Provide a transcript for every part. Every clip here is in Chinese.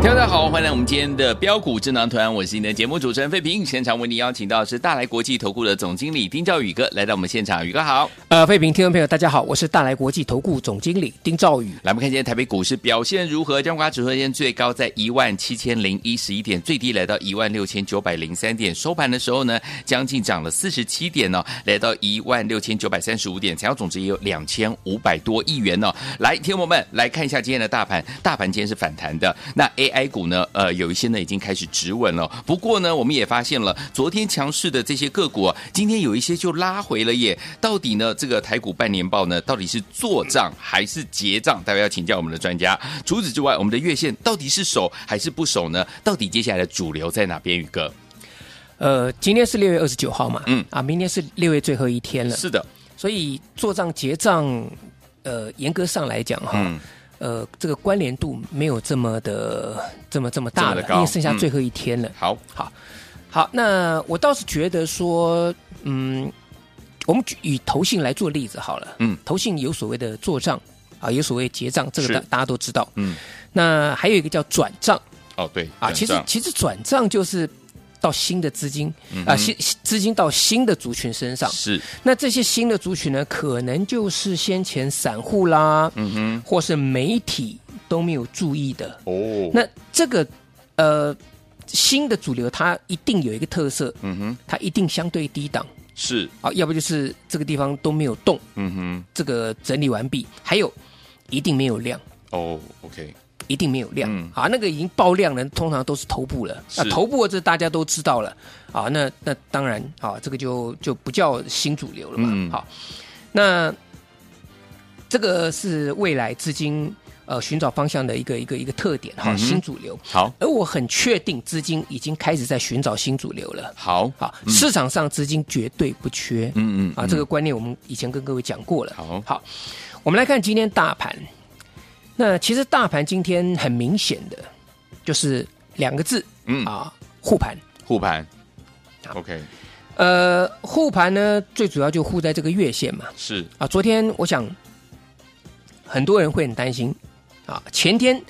听众大家好，欢迎来我们今天的标股智囊团，我是你的节目主持人费平。现场为您邀请到的是大来国际投顾的总经理丁兆宇哥来到我们现场，宇哥好。呃，费平听众朋友，大家好，我是大来国际投顾总经理丁兆宇。来，我们看今天台北股市表现如何？加权指数今天最高在一万七千零一十一点，最低来到一万六千九百零三点，收盘的时候呢，将近涨了四十七点哦，来到一万六千九百三十五点，成交总值也有两千五百多亿元哦。来，听众们来看一下今天的大盘，大盘今天是反弹的，那 AI 股呢，呃，有一些呢已经开始止稳了，不过呢，我们也发现了昨天强势的这些个股、啊，今天有一些就拉回了耶。到底呢，这个台股半年报呢，到底是做账还是结账？待会要请教我们的专家。除此之外，我们的月线到底是守还是不守呢？到底接下来的主流在哪边？宇哥，呃，今天是六月二十九号嘛，嗯嗯啊，明天是六月最后一天了，是的，所以做账结账，呃，严格上来讲哈，嗯，呃，这个关联度没有这么的这么这么大这么了的，高因为剩下嗯最后一天了。好，好，那我倒是觉得说，嗯，我们举以投信来做例子好了，嗯，投信有所谓的做账啊，有所谓结账，这是个大大家都知道，嗯，那还有一个叫转账。哦，对啊，其实转账其实转账就是到新的资金嗯啊，哼新新资金到新的族群身上。是，那这些新的族群呢，可能就是先前散户啦，嗯或是媒体都没有注意的。哼，哦，那这个呃新的主流，它一定有一个特色，嗯哼，它一定相对低档是，啊，要不就是这个地方都没有动，嗯这个整理完毕，还有一定没有量。哼，哦，OK，一定没有量、嗯啊，那个已经爆量的通常都是头部了。是那、头部这大家都知道了啊，那那当然啊，这个就就不叫新主流了嘛。嗯好，那这个是未来资金呃寻找方向的一个一个一个特点哈、嗯哼新主流。好，而我很确定，资金已经开始在寻找新主流了。好，好，市场上资金绝对不缺。嗯嗯啊，这个观念我们以前跟各位讲过了。好好，我们来看今天大盘。那其实大盘今天很明显的就是两个字嗯啊，护盘。护盘好，OK，呃，护盘呢，最主要就护在这个月线嘛。是，啊，昨天我想很多人会很担心啊，前天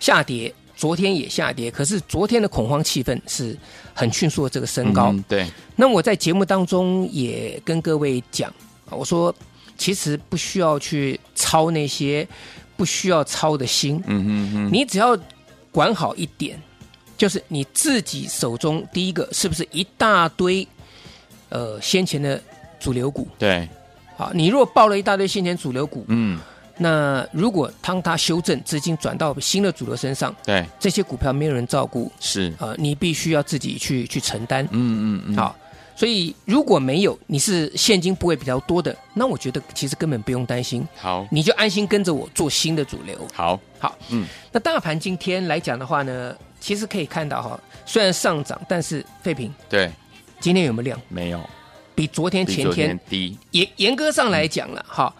下跌，昨天也下跌，可是昨天的恐慌气氛是很迅速的这个升高。嗯哼对，那我在节目当中也跟各位讲啊，我说其实不需要去操那些不需要操的心，嗯哼哼，你只要管好一点，就是你自己手中第一个是不是一大堆呃先前的主流股对，啊？你如果报了一大堆先前主流股，嗯，那如果当它修正资金转到新的主流身上，对，这些股票没有人照顾，是，呃，你必须要自己去去承担。嗯嗯嗯，好，所以如果没有你是现金部位比较多的，那我觉得其实根本不用担心，好，你就安心跟着我做新的主流。好，好，嗯，那大盘今天来讲的话呢，其实可以看到哈，虽然上涨，但是废品对，今天有没有量？没有，比昨天、比前昨天天低，严严格上来讲了哈。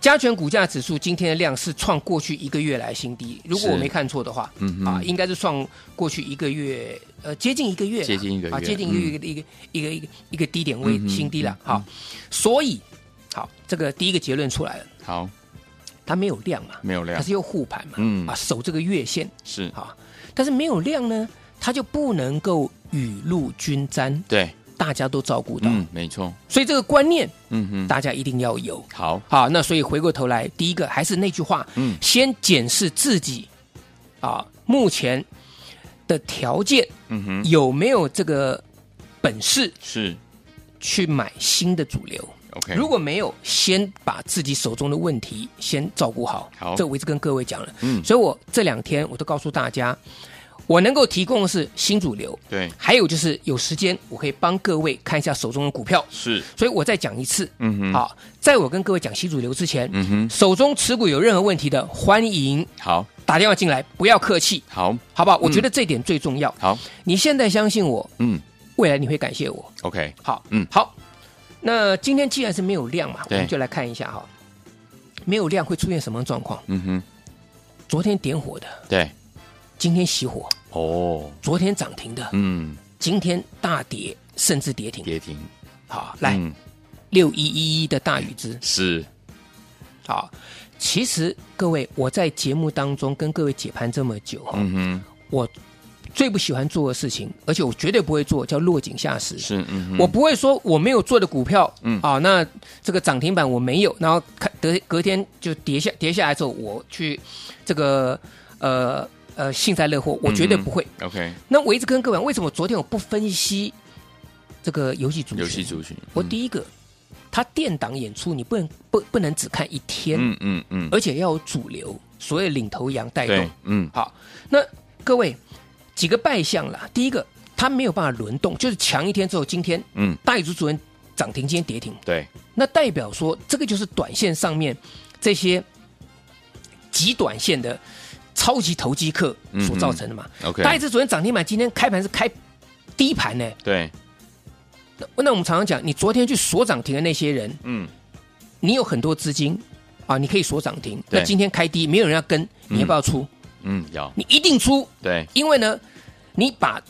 加权股价指数今天的量是创过去一个月来新低，如果是我没看错的话，嗯哼啊，应该是创过去一个月，呃，接近一个月啦，接近一个啊，月嗯接近一个月、一个一个一个一个低点位、嗯哼新低了。嗯好，所以好，这个第一个结论出来了，好，它没有量嘛，没有量它，是又护盘嘛，嗯啊，守这个月线是，啊，但是没有量呢，它就不能够雨露均沾，对，大家都照顾到，嗯，没错，所以这个观念嗯哼，大家一定要有。好，好，那所以回过头来，第一个还是那句话，嗯先检视自己啊，目前的条件嗯哼，有没有这个本事是去买新的主流。 ，OK，如果没有，先把自己手中的问题先照顾好。好这我一直跟各位讲了，嗯所以我这两天我都告诉大家，我能够提供的是新主流，对，还有就是有时间我可以帮各位看一下手中的股票，是，所以我再讲一次，嗯哼好，在我跟各位讲新主流之前，嗯哼，手中持股有任何问题的，欢迎好，打电话进来，不要客气，好，好不好？我嗯觉得这点最重要。好，你现在相信我，嗯未来你会感谢我。 ，OK，好，嗯好。那今天既然是没有量嘛，我对们就来看一下哈，没有量会出现什么状况？嗯哼，昨天点火的，对，今天熄火；哦，昨天涨停的，嗯，今天大跌，甚至跌停。跌停，好，来嗯六一一一的大禹之。是，好，其实各位，我在节目当中跟各位解盘这么久哈，嗯哼，我最不喜欢做的事情，而且我绝对不会做，叫落井下石。是，嗯哼，我不会说我没有做的股票，嗯嗯啊，那这个涨停板我没有，然后看隔隔天就跌下跌下来之后，我去这个呃呃幸灾乐祸，我绝对嗯不会。 OK，那我一直跟各位讲，为什么昨天我不分析这个游戏主游戏嗯族群，我一，第一个，它电档演出你不能不不能只看一天，嗯嗯嗯，而且要有主流，所谓领头羊带动对。，嗯，好，那各位几个败象啦，第一个它没有办法轮动，就是强一天之后，今天嗯，大宇族主人涨停，今天跌停，对，那代表说这个就是短线上面这些极短线的超级投机客所造成的嘛。嗯 OK 大宇族主人涨停板，今天开盘是开低盘呢、对，那那我们常常讲，你昨天去锁涨停的那些人，嗯，你有很多资金啊，你可以锁涨停。对那今天开低，没有人要跟，你要不要出？嗯，有，你一定出，对，因为呢，你把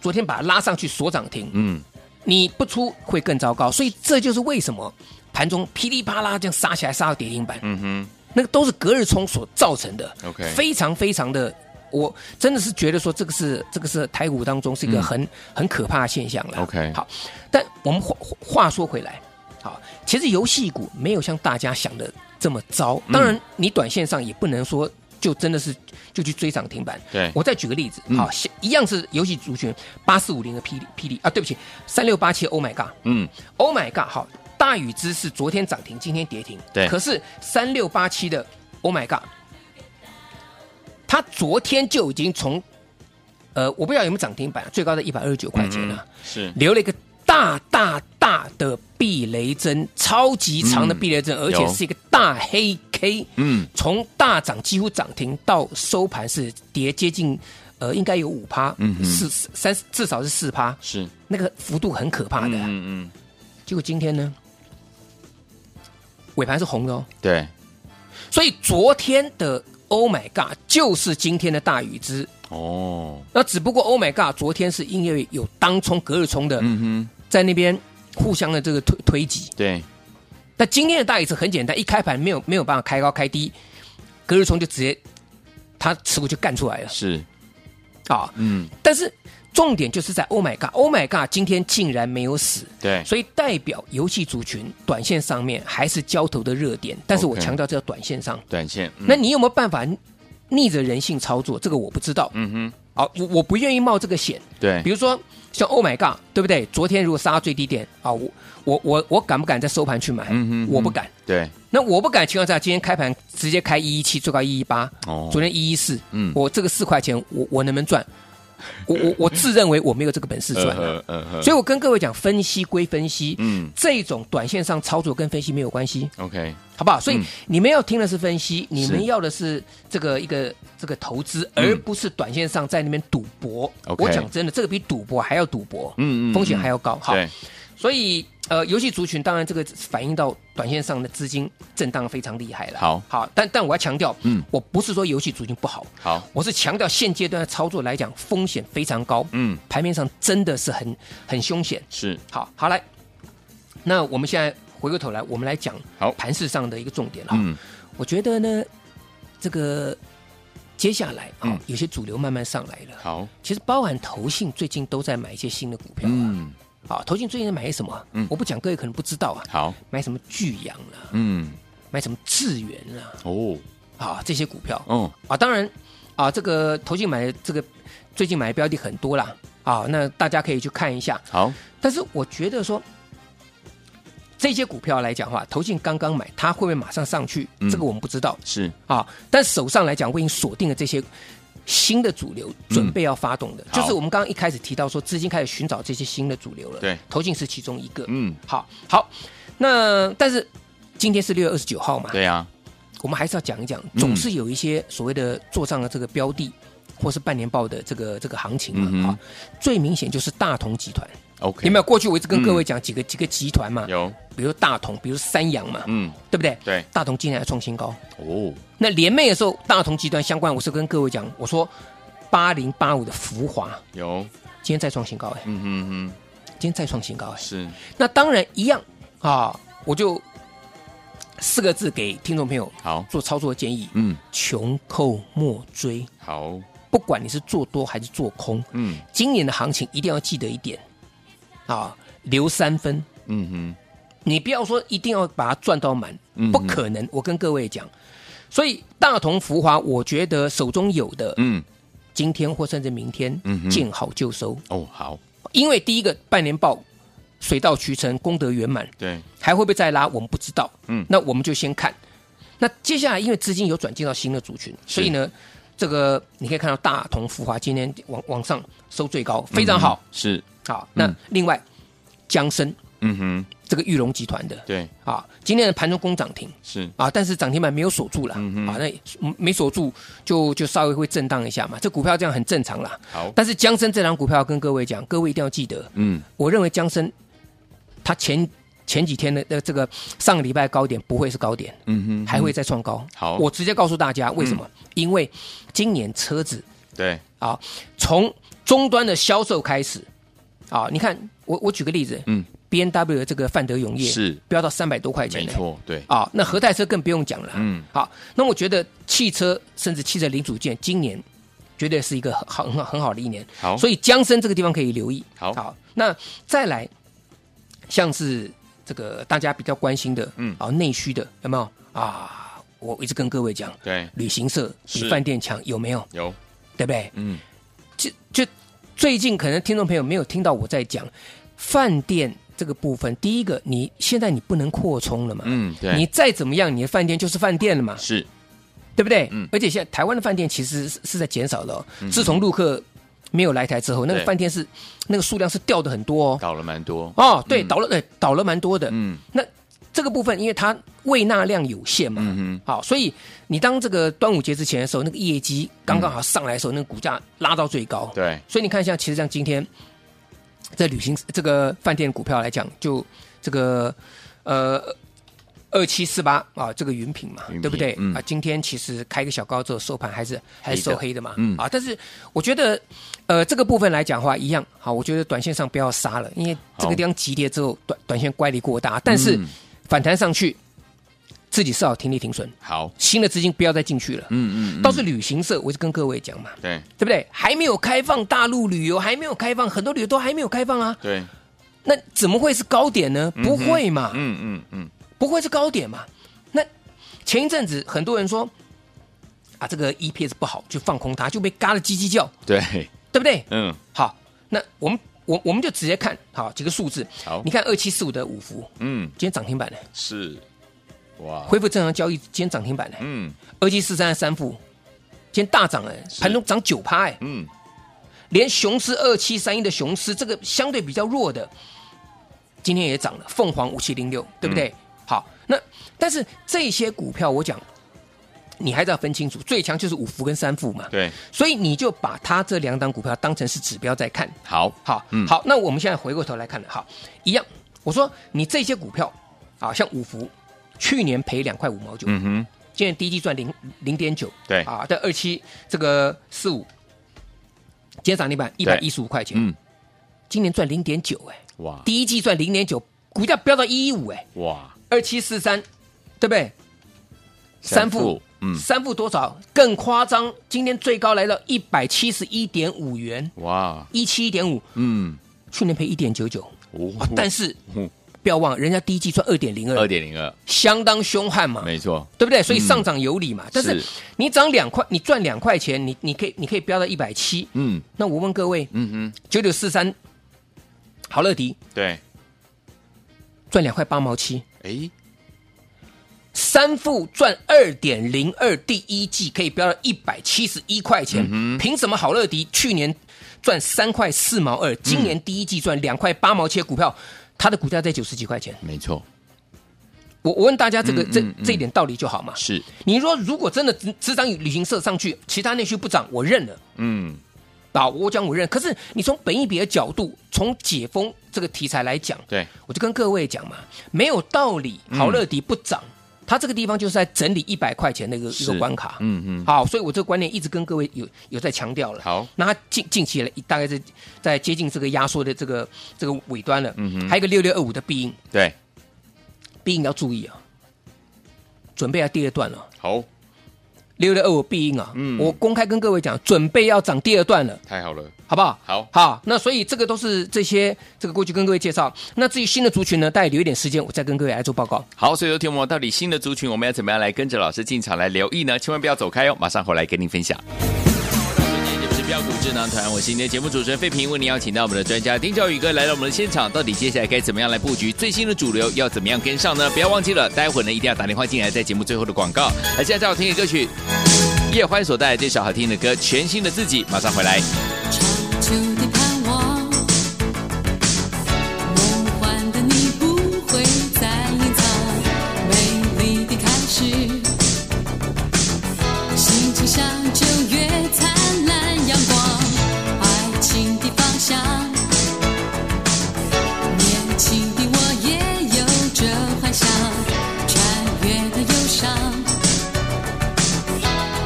昨天把它拉上去锁涨停，嗯，你不出会更糟糕。所以这就是为什么盘中噼里啪啦这样杀起来，杀到跌停板，嗯哼，那个都是隔日冲所造成的。 OK 非常非常的，我真的是觉得说这个是这个是台股当中是一个很、很可怕的现象了。嗯 OK 好，但我们话话说回来，好，其实游戏股没有像大家想的这么糟。嗯当然，你短线上也不能说就真的是就去追涨停板。对我再举个例子，嗯好，像一样是游戏族群八四五零的霹雳霹雳啊，对不起，三六八七，Oh my god，嗯， Oh my god！好，大禹之是昨天涨停，今天跌停。对可是三六八七的 Oh my god，它昨天就已经从呃，我不知道有没有涨停板，最高在一百二十九块钱啊，是，留了一个大大大的避雷针，超级长的避雷针，而且是一个大黑 K。嗯，从大涨几乎涨停到收盘是跌接近，呃，应该有五趴，嗯哼四四三至少是四趴，是，那个幅度很可怕的。啊嗯嗯，结果今天呢，尾盘是红的哦，对，所以昨天的 Oh my God 就是今天的大禹之。哦，那只不过 Oh my God 昨天是因为有当冲隔日冲的，嗯哼，在那边互相的这个推推挤。对，那今天的大禹之很简单，一开盘没有没有办法开高开低，隔日冲就直接他持股就干出来了是，啊！嗯，但是重点就是在 Oh my God，Oh my God 今天竟然没有死，对，所以代表游戏族群短线上面还是交投的热点，但是我 OK 强调这叫短线上。短线，嗯那你有没有办法逆着人性操作？这个我不知道。嗯哎哼，啊，我我不愿意冒这个险。对比，如说像 Oh my God，对不对？昨天如果杀到最低点啊，我我我我敢不敢在收盘去买？嗯哼我不敢。对，那我不敢的情况下，今天开盘直接开一一七，最高一一八，哦昨天一一四，嗯我这个四块钱，我我能不能赚？我我我自认为我没有这个本事赚啊、 呃呃呃所以我跟各位讲，分析归分析，嗯这种短线上操作跟分析没有关系， ，OK，好不好？所以嗯你们要听的是分析，你是们要的是这个一个这个投资，而不是短线上在那边赌博。嗯 OK 我讲真的，这个比赌博还要赌博，嗯嗯嗯风险还要高。好，对，所以呃，游戏族群当然这个反映到短线上的资金震荡非常厉害了。好好，但但我要强调，嗯嗯，我不是说游戏族群不好，好，我是强调现阶段的操作来讲，风险非常高，嗯，盘面上真的是很很凶险。是，好，好来，那我们现在回过头来，我们来讲好盘市上的一个重点了。嗯，我觉得呢，这个接下来啊、嗯有些主流慢慢上来了。好，其实包含投信最近都在买一些新的股票啊。嗯，好，投信最近在买些什么啊？嗯我不讲，各位可能不知道啊。好，买什么巨阳啦，嗯，买什么智源啦，哦，啊，这些股票哦，啊，当然啊，这个投信买的这个最近买的标的很多啦，啊，那大家可以去看一下。好，但是我觉得说，这些股票来讲的话，投信刚刚买，它会不会马上上去？嗯这个我们不知道是，啊。但手上来讲，我已经锁定了这些新的主流准备要发动的，嗯好就是我们刚刚一开始提到说，资金开始寻找这些新的主流了。对投信是其中一个。嗯，好，好，那但是今天是六月二十九号嘛，对嗯啊，我们还是要讲一讲，总是有一些所谓的做账的这个标的，或是半年报的这个这个行情嗯哼嘛。啊，最明显就是大同集团， ，OK，有没有？过去我一直跟各位讲几个几个集团嘛，嗯有，比如大同，比如三洋嘛，嗯，对不对？对，大同今年还创新高。哦，那联袂的时候，大同集团相关，我是跟各位讲，我说八零八五的福华有，今天再创新高，哎，嗯哼哼，今天再创新高，哎。是，那当然一样啊，我就四个字给听众朋友好，做操作建议：嗯，穷寇莫追。好，不管你是做多还是做空，嗯，今年的行情一定要记得一点啊，留三分。嗯哼，你不要说一定要把它赚到满嗯，不可能。我跟各位讲，所以大同福华，我觉得手中有的，嗯，今天或甚至明天嗯哼见好就收，哦，好，因为第一个半年报水到渠成，功德圆满，对，还会不会再拉，我们不知道。嗯那我们就先看。那接下来，因为资金有转进到新的族群，所以呢，这个你可以看到大同福华今天往往上收最高，非常好。嗯，是，好，嗯那另外江生嗯哼，这个玉龙集团的对，啊，今天的盘中攻涨停是，啊，但是涨停板没有锁住了、嗯啊，那也没锁住就就稍微会震荡一下嘛，这股票这样很正常啦。好，但是江生这张股票跟各位讲，各位一定要记得，嗯，我认为江生它前前几天的呃这个上个礼拜高点不会是高点，嗯哼，还会再创高。好嗯我直接告诉大家为什么？因为今年车子对，啊，从终端的销售开始啊，你看我我举个例子，嗯，B N W 的这个范德永业是飙到三百多块钱没呢，错，对，啊，那核贷车更不用讲了，嗯，好，那我觉得汽车甚至汽车零组件今年绝对是一个很好很好很好的一年，好，所以，以江生这个地方可以留意。好那再来，像是这个大家比较关心的，嗯嗯，啊，内需的有没有啊？我一直跟各位讲，对，旅行社比是饭店强，有没有？有，对不对？嗯，就就最近可能听众朋友没有听到我在讲饭店这个部分。第一个，你现在你不能扩充了嘛，嗯，对，你再怎么样，你的饭店就是饭店了嘛，是，对不对？嗯而且现在台湾的饭店其实是是在减少的、哦，自从陆客没有来台之后，那个对饭店是那个数量是掉的很多哦。搞了蛮多，哦，对，嗯倒了，哎，倒了蛮多的。嗯，那这个部分，因为它未纳量有限嘛，嗯好，所以你当这个端午节之前的时候，那个业绩刚刚好上来的时候，那个股价拉到最高哼，。对，所以你看一下，其实像今天在旅行这个饭店股票来讲，就这个呃二七四八啊，这个云品嘛，云品对不对、嗯啊？今天其实开个小高之后，收盘还是还是黑的收黑的嘛，嗯啊，但是我觉得呃这个部分来讲的话，一样好，我觉得短线上不要杀了，因为这好个地方急跌之后，短短线乖离过大，但是嗯反弹上去，自己设好停利停损，好，新的资金不要再进去了。嗯嗯，倒是旅行社，我就跟各位讲嘛，对，对不对？还没有开放大陆旅游，还没有开放，很多旅游都还没有开放啊。对，那怎么会是高点呢？哼不会嘛，嗯嗯嗯，不会是高点嘛。那前一阵子很多人说啊，这个 EPS 不好，就放空它，就被嘎的叽叽叫，对，对不对？嗯，好，那我们我我们就直接看好几个数字。好你看二七四五的五福，嗯，今天涨停板呢，是，哇，恢复正常交易，今天涨停板呢。嗯二七四三的三富，今天大涨哎，是盘中涨九趴哎。嗯，连雄狮二七三一的雄狮，这个相对比较弱的，今天也涨了。凤凰五七零六，对不嗯对？好，那但是这些股票，我讲你还是要分清楚，最强就是五福跟三富嘛。对，所以你就把它这两档股票当成是指标在看。好，好，嗯好，那我们现在回过头来看了，好，一样，我说你这些股票啊，像五福，去年赔两块五毛九，嗯哼，今年第一季赚零零点九，对啊，在二期这个四五，今天涨停板一百一十五块钱，嗯，今年赚零点九，哎，哇第一季赚零点九，股价飙到一一五，哎，哇，二七四三，对不对？三副，嗯，三副多少？更夸张，今天最高来到一百七十一点五元，哇，一七一点五，嗯，去年赔一点九九，哦但是是嗯不要忘，人家第一季赚二点零二二，点零二，相当凶悍嘛，没错，对不对？所以上涨有理嘛。但是嗯是你涨两块，你赚两块钱，你你可以你可以飙到一百七。嗯那我问各位，嗯哼，九九四三，好乐迪对，赚两块八毛七，哎，三富赚二点零二，第一季可以飙到一百七十一块钱，嗯凭什么好乐迪去年赚三块四毛嗯二，今年第一季赚两块八毛七的股票，它的股价在九十几块钱？没错，我我问大家这个、嗯嗯这这一点道理就好嘛？是，你说如果真的只只涨旅行社上去，其他内需不涨，我认了。嗯，啊，我讲我认。可是你从本一比的角度，从解封这个题材来讲，对，嗯我就跟各位讲嘛，没有道理，好乐迪不涨，它这个地方就是在整理一百块钱的一个一是个关卡。嗯嗯，好，所以我这个观念一直跟各位有有在强调了。好那它近近期了，大概在在接近这个压缩的这个这个尾端了。嗯还有一个六六二五的必应，对，必应要注意啊，准备要第二段了。好，六六二五必应啊，嗯我公开跟各位讲，准备要涨第二段了。太好了，好不好？好好，那所以这个都是这些这个过去跟各位介绍。那至于新的族群呢，大概留一点时间，我再跟各位来做报告。好，所以有听我们到底新的族群，我们要怎么样来跟着老师进场来留意呢？千万不要走开哦，马上回来跟您分享。这不是标股智囊团，我是今天的节目主持人费平，为您邀请到我们的专家丁兆宇哥来到我们的现场，到底接下来该怎么样来布局最新的主流，要怎么样跟上呢？不要忘记了，待会呢一定要打电话进来，在节目最后的广告。而现在最好听的歌曲，叶欢所带来这首好听的歌《全新的自己》，马上回来。长久的盼望，梦幻的你不会再隐藏，美丽的开始，心情像九月灿烂阳光，爱情的方向，年轻的我也有着幻想，穿越的忧伤。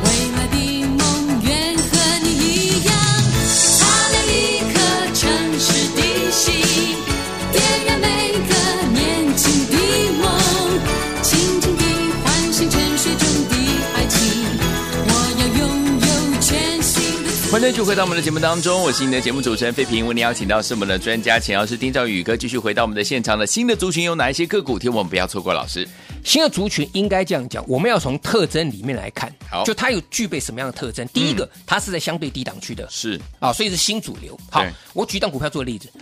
未来的梦愿和你一样，擦亮一颗诚实的心，点燃每个年轻的梦，轻轻地唤醒沉睡中的爱情。我要拥有全新的自己。欢迎继续回到我们的节目当中，我是你的节目主持人费平。为您邀请到是我们的专家钱老师丁兆宇哥，继续回到我们的现场的新的族群有哪一些个股？听我们不要错过老师。新的族群应该这样讲，我们要从特征里面来看，好嗯就它有具备什么样的特征？第一个，它是在相对低档区的，是啊，所以是新主流。好对，我举一档股票做例子，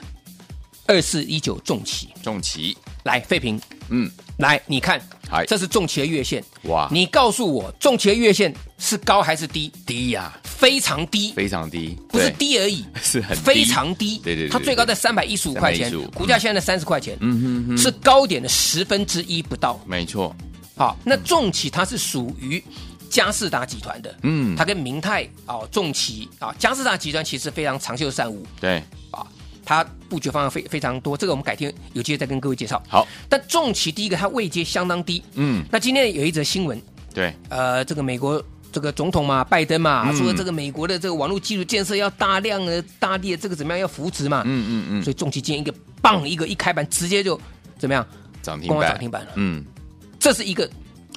二四一九重旗，重旗，来废平，嗯，来你看嗨，这是重旗的月线，哇你告诉我，重旗的月线是高还是低？低呀、非常低，非常低，不是对，低而已， 是很低非常低。对对对对它最高在三百一十五块钱315，股价现在在三十块钱，嗯哼，是高点的十分之一不到。没错，好，嗯那重企它是属于。佳士达集团的，嗯它跟明泰啊、重企啊、佳士达集团其实非常长袖善舞对，啊，它布局方向非非常多，这个我们改天有机会再跟各位介绍。好，但重企第一个它位阶相当低，嗯，那今天有一则新闻，对，呃，这个美国这个总统嘛，拜登嘛，嗯说这个美国的这个网络基础建设要大量的、大力的这个怎么样要扶持嘛，嗯嗯嗯，所以重旗今天一个棒一个一开盘直接就怎么样，涨停攻上板，涨停板了嗯，这是一个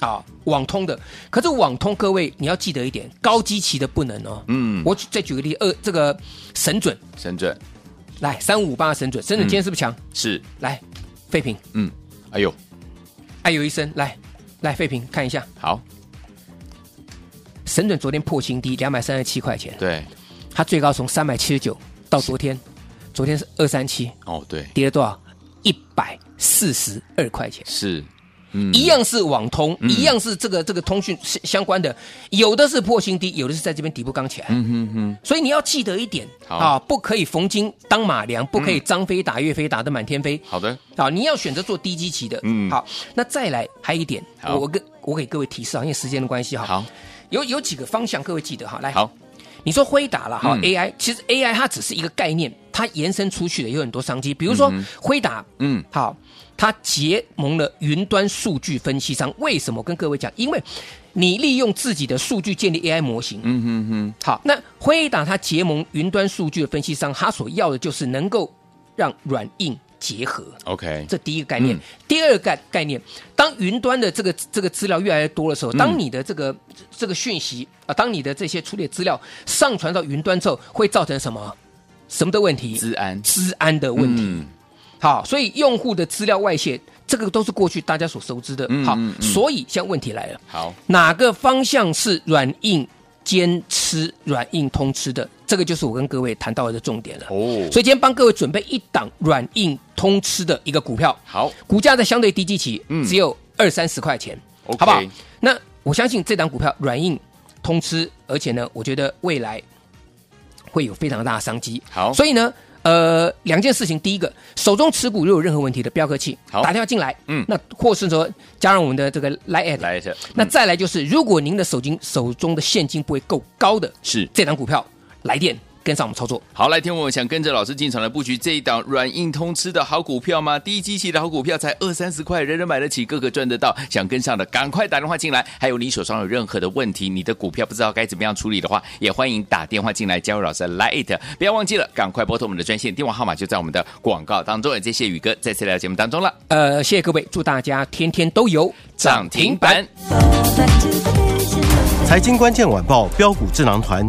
啊网通的，可是网通各位你要记得一点，高基期的不能哦，嗯我举再举个例，二这个神准深圳来三五八神准，神准今天是不是强？是，来，废品，嗯，哎呦，哎呦一声，来来废品看一下，好，神准昨天破新低两百三十七块钱。对，它最高从三百七十九到昨天，昨天是二三七，哦对，跌了多少？一百四十二块钱。是，嗯一样是网通，一样是这个这个通讯相相关的，有的是破新低，有的是在这边底部刚起来。嗯哼哼。所以你要记得一点好嗯啊，不可以逢金当马良，不可以张飞打岳飞打得满天飞。好的，好，你要选择做低基期的。嗯好，那再来还有一点，好我我跟我给各位提示啊，因为时间的关系哈。好，有有几个方向各位记得哈，来。好，你说辉达了哈、嗯 a i 其实 AI 它只是一个概念，它延伸出去的有很多商机，比如说辉达，嗯，好，它结盟了云端数据分析商。为什么？我跟各位讲，因为你利用自己的数据建立 AI 模型，嗯哼哼，好，那辉达它结盟云端数据的分析商，它所要的就是能够让软硬结合。 ，OK，这第一个概念，嗯第二个概概念，当云端的这个这个资料越来越多的嗯时候，当你的这个、这个讯息啊，当你的这些处理资料上传到云端之后，会造成什么什么的问题？治安治安的问题。嗯好，所以用户的资料外泄，这个都是过去大家所熟知的。嗯好，嗯嗯所以现在问题来了，好，哪个方向是软硬兼吃、软硬通吃的？这个就是我跟各位谈到的重点了。哦所以今天帮各位准备一档软硬通吃的一个股票，好，股价在相对低基期嗯，只有二三十块钱。 OK 好不好？那我相信这档股票软硬通吃，而且呢，我觉得未来会有非常大的商机。好所以呢，呃，两件事情，第一个，手中持股如果有任何问题的，不要客气，好打电话进来，嗯那或是说加上我们的这个 Line，at 来一下，那嗯再来就是，如果您的手金手中的现金不会够高的，是这档股票来电跟上我们操作。好，来，听我们想跟着老师进场来布局这一档软硬通吃的好股票吗？第一基期的好股票才二三十块，人人买得起，个个赚得到。想跟上的赶快打电话进来。还有你手上有任何的问题，你的股票不知道该怎么样处理的话，也欢迎打电话进来加入老师的 Lite，不要忘记了，赶快拨通我们的专线，电话号码就在我们的广告当中。也谢谢宇哥再次来到节目当中了，呃，谢谢各位，祝大家天天都有涨停板。财经关键晚报标股智囊团